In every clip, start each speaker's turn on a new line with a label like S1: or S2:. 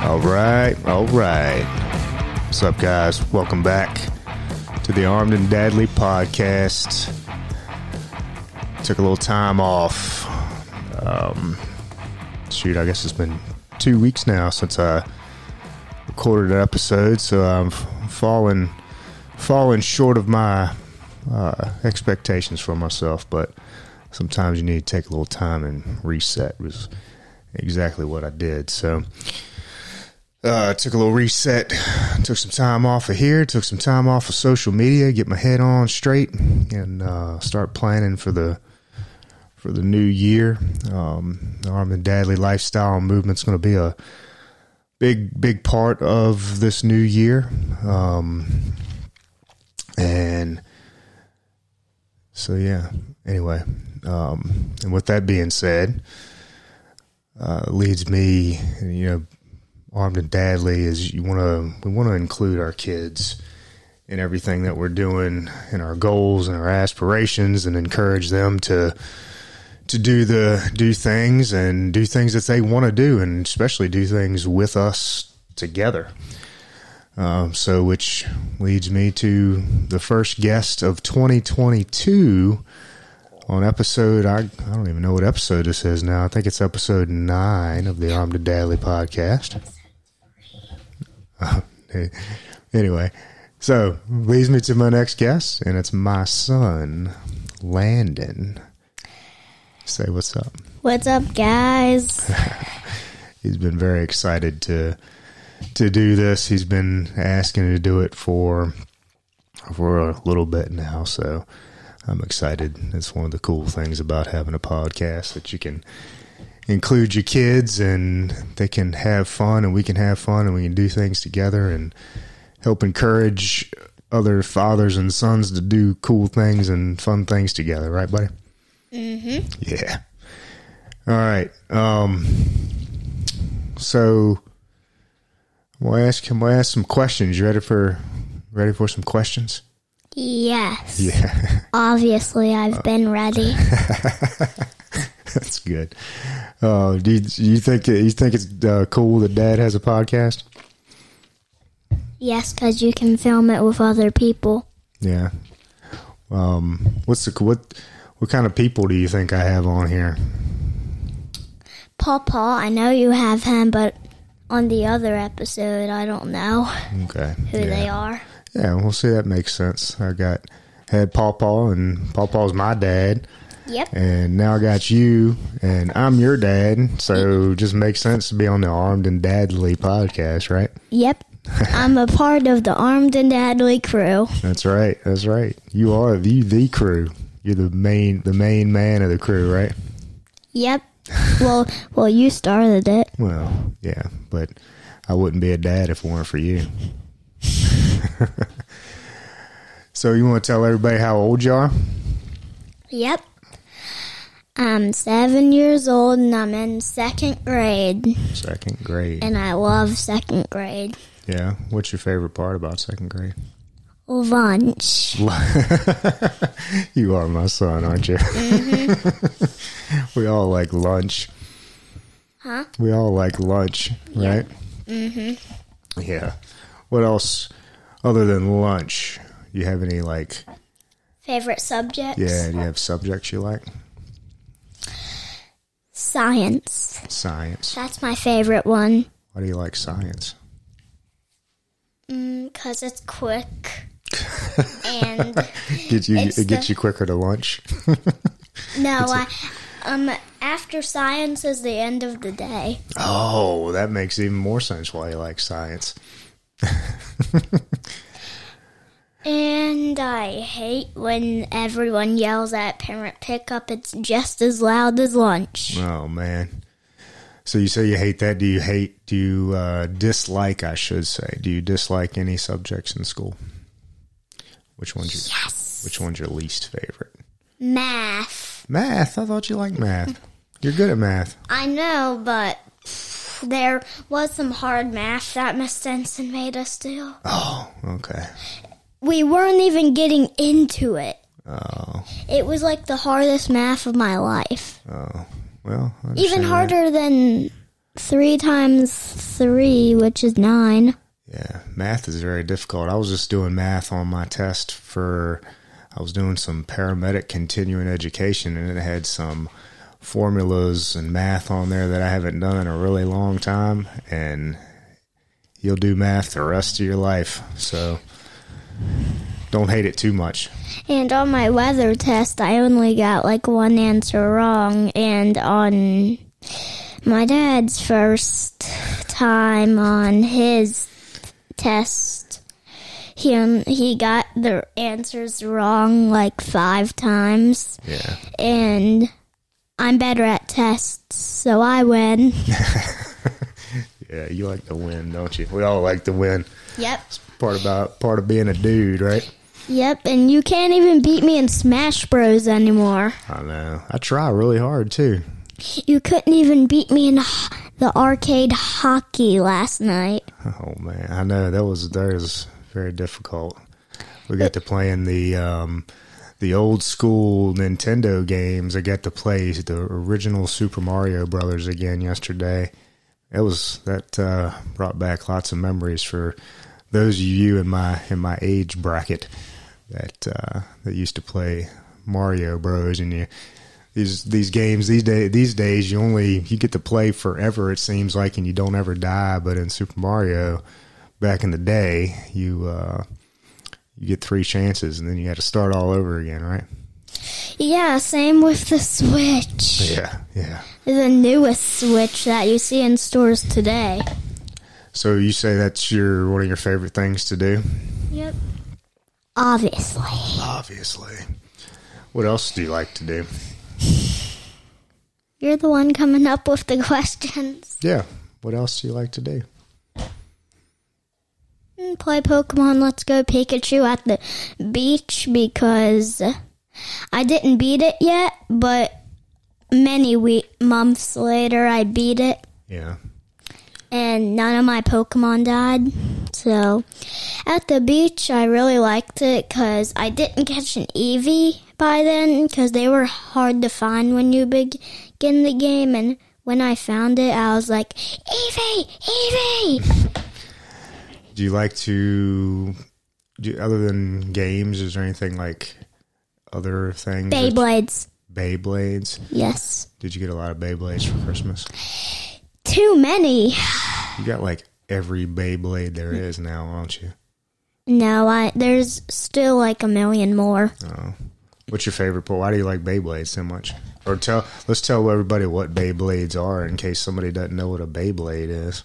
S1: All right, all right. What's up, guys? Welcome back to the Armed and Dadley podcast. Took a little time off. Um, shoot, I guess it's been two weeks now since I recorded an episode, so I'm falling falling short of my uh, expectations for myself. But sometimes you need to take a little time and reset. Was exactly what I did. So uh, took a little reset, took some time off of here, took some time off of social media, get my head on straight, and uh, start planning for the for the new year. Um, the Arm and Dadley lifestyle movement's going to be a big big part of this new year, um, and so yeah. Anyway, um, and with that being said, uh, leads me, you know, armed and dadly is you want to we want to include our kids in everything that we're doing in our goals and our aspirations and encourage them to to do the do things and do things that they want to do and especially do things with us together um, so which leads me to the first guest of 2022 on episode I, I don't even know what episode this is now. I think it's episode nine of the Armed to Daily podcast. Uh, anyway, so leads me to my next guest, and it's my son, Landon. Say what's up.
S2: What's up, guys?
S1: He's been very excited to to do this. He's been asking to do it for for a little bit now, so I'm excited. That's one of the cool things about having a podcast that you can include your kids and they can have fun and we can have fun and we can do things together and help encourage other fathers and sons to do cool things and fun things together, right, buddy? Mm-hmm. Yeah. All right. Um so we'll ask him we'll ask some questions. You ready for ready for some questions?
S2: Yes.
S1: Yeah. Oh.
S2: Obviously, I've been ready.
S1: That's good. Uh, do you, do you think you think it's uh, cool that Dad has a podcast?
S2: Yes, because you can film it with other people.
S1: Yeah. Um, what's the what what kind of people do you think I have on here?
S2: Paw Paw, I know you have him, but on the other episode, I don't know
S1: Okay.
S2: who
S1: yeah.
S2: they are.
S1: Yeah, we'll see. That makes sense. I got had Paw Paw, and Paw Paw's my dad,
S2: Yep.
S1: and now I got you, and I'm your dad. So it just makes sense to be on the Armed and Dadly podcast, right?
S2: Yep. I'm a part of the Armed and Deadly crew.
S1: That's right. That's right. You are the the crew. You're the main the main man of the crew, right?
S2: Yep. well, well, you started it.
S1: Well, yeah, but I wouldn't be a dad if it weren't for you. so you want to tell everybody how old you are?
S2: Yep. I'm seven years old and I'm in second grade,
S1: Second grade.
S2: and I love second grade.
S1: Yeah. What's your favorite part about second grade?
S2: Lunch.
S1: You are my son, aren't you? we all like lunch. Huh? We all like lunch, right? Mm-hmm. Yeah. What else other than lunch? You have any like
S2: Favorite subjects?
S1: yeah, do you have subjects you like?
S2: Science.
S1: Science.
S2: That's my favorite one.
S1: Why do you like science?
S2: Because Mm, it's quick. and
S1: Get you
S2: It's
S1: it gets
S2: the-
S1: you quicker to lunch.
S2: no, I, um, after science is the end of the day.
S1: Oh, that makes even more sense why you like science.
S2: And I hate when everyone yells at parent pickup. It's just as loud as lunch.
S1: Oh man. So you say you hate that. Do you hate? Do you uh, dislike? I should say. Do you dislike any subjects in school? Which one's your Which one's your least favorite?
S2: Math.
S1: Math. I thought you liked math. You're good at math.
S2: I know, but there was some hard math that Miss Stinson made us do.
S1: Oh, okay.
S2: We weren't even getting into it.
S1: Oh,
S2: It was like the hardest math of my life.
S1: oh. Well, I understand
S2: Even
S1: that.
S2: harder than three times three, which is nine.
S1: Yeah, math is very difficult. I was just doing math on my test for, I was doing some paramedic continuing education, and it had some formulas and math on there that I haven't done in a really long time, and you'll do math the rest of your life. So don't hate it too much.
S2: And on my weather test, I only got like one answer wrong. And on my dad's first time on his test, he on- he got the answers wrong like five times.
S1: Yeah.
S2: And I'm better at tests, so I win.
S1: Yeah, you like to win, don't you? We all like to win.
S2: Yep.
S1: It's part about part of being a dude, right?
S2: Yep. And you can't even beat me in Smash Bros anymore.
S1: I know. I try really hard too.
S2: You couldn't even beat me in h- the arcade hockey last night.
S1: Oh man, I know that was that was very difficult. We got to play in the um, the old school Nintendo games. I got to play the original Super Mario Brothers again yesterday. It was that uh, brought back lots of memories for those of you in my in my age bracket that uh, that used to play Mario Bros. And you these these games these day these days you only you get to play forever it seems like and you don't ever die. But in Super Mario, back in the day, you uh, you get three chances and then you had to start all over again, right?
S2: Yeah, same with the Switch.
S1: Yeah, yeah.
S2: The newest Switch that you see in stores today.
S1: So you say that's your one of your favorite things to do?
S2: Yep. Obviously.
S1: Obviously. What else do you like to do?
S2: You're the one coming up with the questions.
S1: Yeah. What else do you like to do?
S2: Mm, Play Pokemon Let's Go Pikachu at the beach because I didn't beat it yet, but many week months later I beat it.
S1: Yeah.
S2: and none of my Pokemon died. So, at the beach, I really liked it because I didn't catch an Eevee by then because they were hard to find when you begin the game. And when I found it, I was like, Eevee! Eevee!
S1: Do you like to do other than games? Is there anything like other things?
S2: Beyblades.
S1: Beyblades.
S2: Yes.
S1: Did you get a lot of Beyblades for Christmas?
S2: Too many.
S1: You got like every Beyblade there is now, aren't you?
S2: No, I there's still like a million more.
S1: Oh. What's your favorite part? Why do you like Beyblades so much? Or tell let's tell everybody what Beyblades are in case somebody doesn't know what a Beyblade is.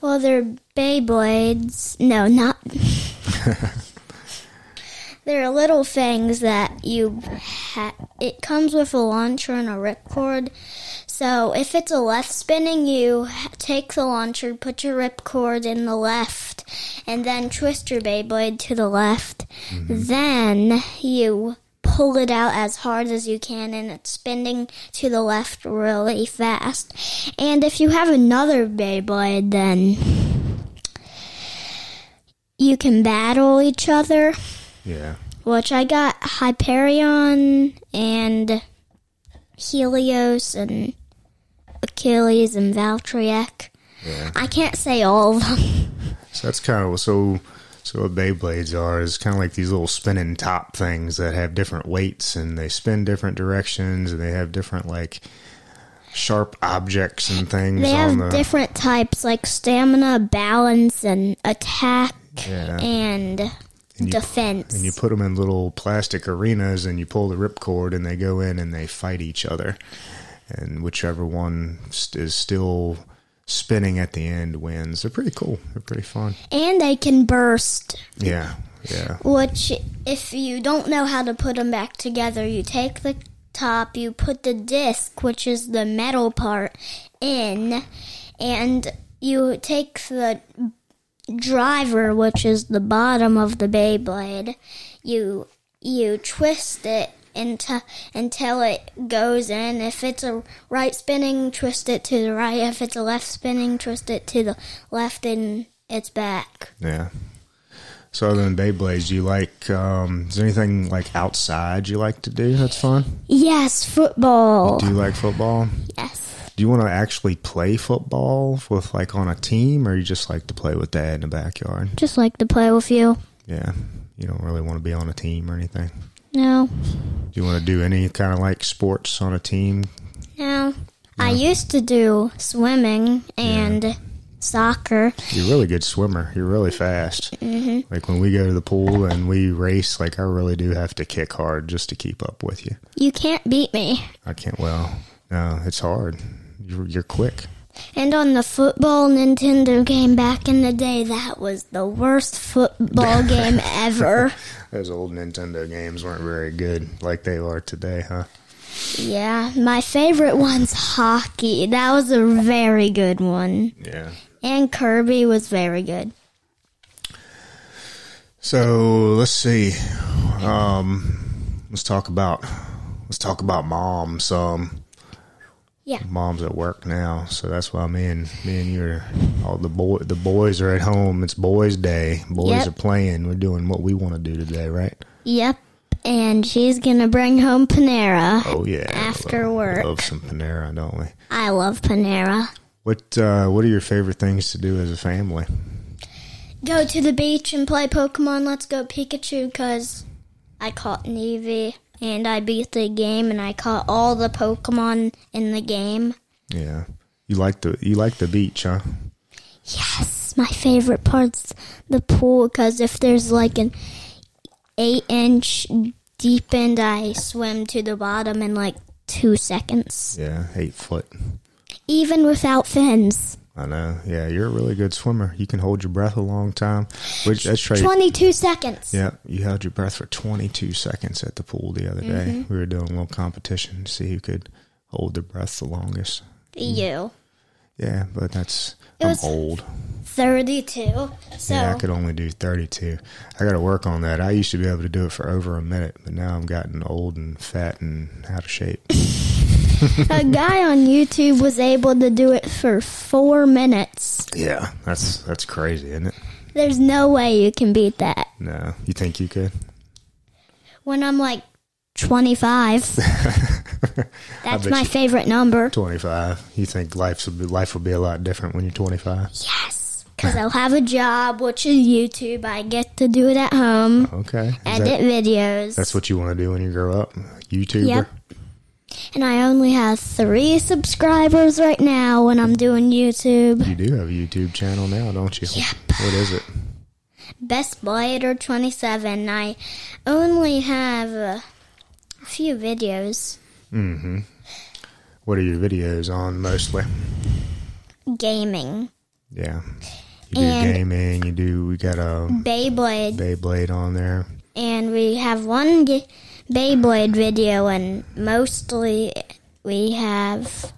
S2: Well, they're Beyblades. No, not. they're little things that you. Ha- it comes with a launcher and a ripcord. So if it's a left spinning, you h- take the launcher, put your ripcord in the left, and then twist your Beyblade to the left. Then you pull it out as hard as you can and it's spinning to the left really fast. And if you have another Beyblade, then you can battle each other,
S1: Yeah.
S2: which I got Hyperion and Helios and Achilles and Valtriac.
S1: Yeah.
S2: I can't say all of them.
S1: So that's kind of so so what Beyblades are is kind of like these little spinning top things that have different weights and they spin different directions and they have different like sharp objects and things
S2: They
S1: on
S2: have
S1: the
S2: different types like stamina, balance, and attack,
S1: Yeah.
S2: and,
S1: And you-
S2: defense.
S1: and you put them in little plastic arenas and you pull the ripcord and they go in and they fight each other and whichever one st- is still spinning at the end wins they're pretty cool they're pretty fun
S2: and they can burst.
S1: yeah yeah
S2: Which, if you don't know how to put them back together, you take the top, you put the disc, which is the metal part, in, and you take the driver, which is the bottom of the Beyblade. You you twist it until until it goes in. If it's a right spinning, twist it to the right. If it's a left spinning, twist it to the left, and it's back.
S1: yeah so other than Beyblades, do you like um, is there anything like outside you like to do that's fun
S2: Yes, football.
S1: do you like football
S2: Yes.
S1: Do you want to actually play football with like on a team, or you just like to play with dad in the backyard?
S2: Just like to play with you.
S1: Yeah, you don't really want to be on a team or anything.
S2: No.
S1: Do you want to do any kind of like sports on a team?
S2: No. I used to do swimming and soccer.
S1: You're a really good swimmer. You're really fast. Mm-hmm. Like when we go to the pool and we race, like I really do have to kick hard just to keep up with you.
S2: You can't beat me.
S1: I can't. Well, no, it's hard. You're, you're quick.
S2: And on the football Nintendo game back in the day, that was the worst football game ever.
S1: Those old Nintendo games weren't very good like they are today, huh?
S2: Yeah, my favorite one's hockey. That was a very good one.
S1: Yeah.
S2: And Kirby was very good.
S1: So let's see. Um, let's talk about let's talk about um, mom some.
S2: Yeah.
S1: Mom's at work now, so that's why me and me and you are all the boy the boys are at home. It's boys' day. Boys
S2: Yep.
S1: are playing. We're doing what we want to do today, right?
S2: Yep. And she's going to bring home Panera.
S1: Oh yeah.
S2: After
S1: Love-
S2: work.
S1: Love some Panera, don't we?
S2: I love Panera.
S1: What uh, what are your favorite things to do as a family?
S2: Go to the beach and play Pokemon Let's Go Pikachu because I caught an Eevee and I beat the game and I caught all the Pokemon in the game.
S1: Yeah. You like the you like the beach, huh?
S2: Yes, my favorite part's the pool because if there's like an eight inch deep end, I swim to the bottom in like two seconds,
S1: Yeah, eight foot.
S2: even without fins.
S1: I know. Yeah, you're a really good swimmer. You can hold your breath a long time. Which that's right.
S2: 22 seconds.
S1: Yeah, you held your breath for 22 seconds at the pool the other day.
S2: Mm-hmm.
S1: We were doing a little competition to see who could hold their breath the longest.
S2: You.
S1: Yeah, but that's
S2: It
S1: I'm
S2: was-
S1: old.
S2: 32. So,
S1: Yeah, I could only do 32. I got to work on that. I used to be able to do it for over a minute, but now I'm gotten old and fat and out of shape.
S2: a guy on YouTube was able to do it for four minutes.
S1: yeah, that's that's crazy, isn't it?
S2: There's no way you can beat that.
S1: No, you think you could?
S2: When I'm like 25, that's
S1: bet
S2: my
S1: you-
S2: favorite number.
S1: 25. You think life's will be, life will be a lot different when you're 25?
S2: Yes, because I'll have a job, which is YouTube. I get to do it at home,
S1: Okay. Is that-
S2: edit videos.
S1: that's what you want to do when you grow up, YouTuber.
S2: Yep. And I only have three subscribers right now when I'm doing YouTube.
S1: You do have a YouTube channel now, don't you?
S2: Yep.
S1: What is it?
S2: Best Blader 27. I only have a few videos.
S1: What are your videos on mostly?
S2: Gaming.
S1: Yeah. You do
S2: And-
S1: gaming, you do we got a
S2: Beyblade.
S1: Beyblade on there.
S2: And we have one ga- Beyblade video, and mostly we have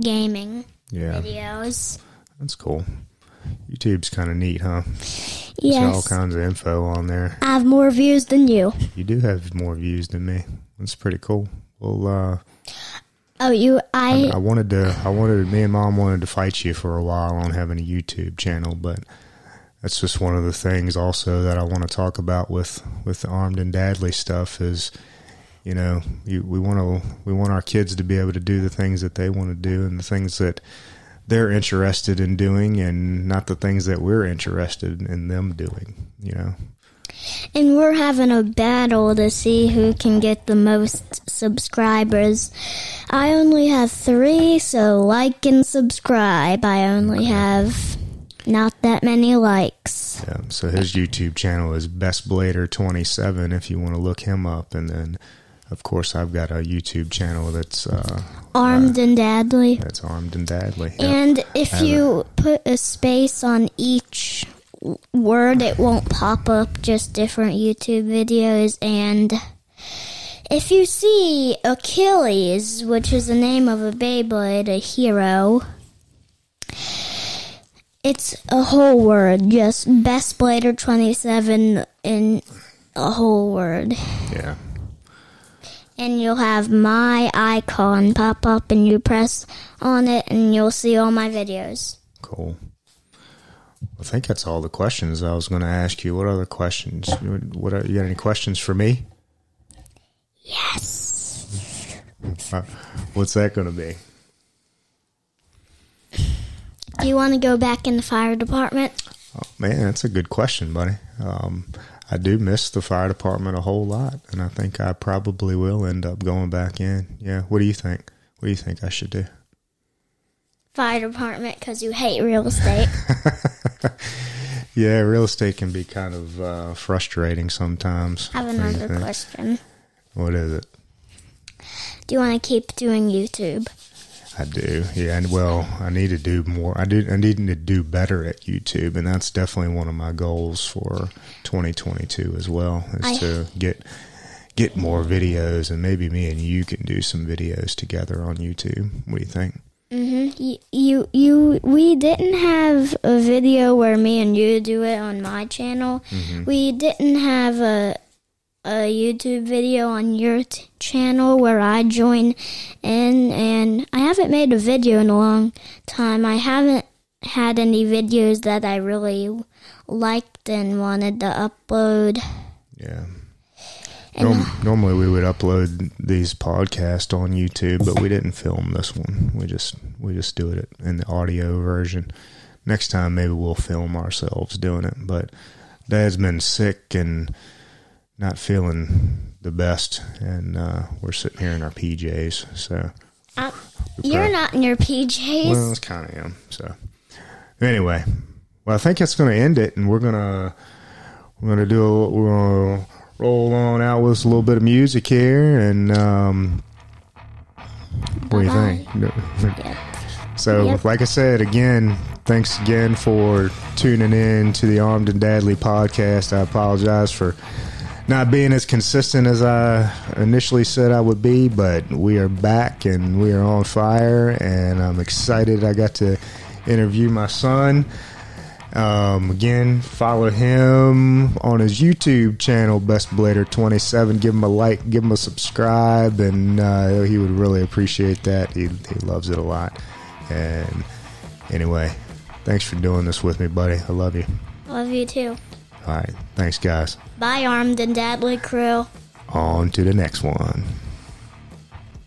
S2: gaming
S1: Yeah.
S2: videos.
S1: That's cool. YouTube's kinda neat, huh? There's got all
S2: Yes.
S1: kinds of info on there.
S2: I have more views than you.
S1: You do have more views than me. That's pretty cool. Well uh
S2: Oh, you, I,
S1: I wanted to I wanted me and mom wanted to fight you for a while on having a YouTube channel, but that's just one of the things also that I want to talk about with with the armed and dadly stuff is you know you, we want to we want our kids to be able to do the things that they want to do and the things that they're interested in doing and not the things that we're interested in them doing you know
S2: and we're having a battle to see who can get the most subscribers. I only have three, so like and subscribe. I only have not that many likes.
S1: Yeah, so his YouTube channel is Best Blader twenty seven. If you want to look him up, and then of course I've got a YouTube channel that's uh,
S2: Armed and deadly.
S1: that's armed and deadly. Yeah.
S2: And if you put a space on each w- word, it won't pop up just different YouTube videos. And if you see Achilles, which is the name of a Beyblade, a hero, it's a whole word, just Best Blader 27 in a whole word.
S1: yeah,
S2: And you'll have my icon pop up, and you press on it, and you'll see all my videos.
S1: cool. I think that's all the questions I was going to ask you. What other questions? You- What are, you got any questions for me?
S2: Yes.
S1: Uh, What's that going to be?
S2: Do you want to go back in the fire department?
S1: Oh, man, that's a good question, buddy. Um, I do miss the fire department a whole lot, and I think I probably will end up going back in. Yeah. What do you think? What do you think I should do?
S2: Fire department because you hate real estate.
S1: Yeah, real estate can be kind of uh, frustrating sometimes.
S2: I have
S1: What do you
S2: another
S1: think?
S2: question.
S1: What is it?
S2: Do you want to keep doing YouTube?
S1: I do. Yeah, and well, I need to do more. I do. I need to do better at YouTube, and that's definitely one of my goals for 2022 as well. Is
S2: I-
S1: to get get more videos, and maybe me and you can do some videos together on YouTube. What do you think? Mm-hmm.
S2: You, you, you, we didn't have a video where me and you do it on my channel.
S1: Mm-hmm.
S2: We didn't have a a YouTube video on your t- channel where I join in, and I haven't made a video in a long time. I haven't had any videos that I really liked and wanted to upload.
S1: Yeah. Norm- normally we would upload these podcasts on YouTube, but we didn't film this one. We just we just do it in the audio version. Next time maybe we'll film ourselves doing it. But Dad's been sick and not feeling the best, and uh, we're sitting here in our PJs. So
S2: Uh, you're not in your PJs.
S1: well, it's kind of him. So anyway, well, I think that's going to end it, and we're gonna we're gonna do a, we're gonna roll on out with a little bit of music here, and um, what do you think? So,
S2: Yep.
S1: like I said again, thanks again for tuning in to the Armed and Dadley podcast. I apologize for not being as consistent as I initially said I would be, but we are back and we are on fire, and I'm excited. I got to interview my son. Um, again, follow him on his YouTube channel, Best Blader 27. Give him a like, give him a subscribe, and uh, he would really appreciate that. He, he loves it a lot. And anyway, thanks for doing this with me, buddy. I love you.
S2: Love you too.
S1: All right. Thanks, guys.
S2: Bye, armed and deadly crew.
S1: On to the next one.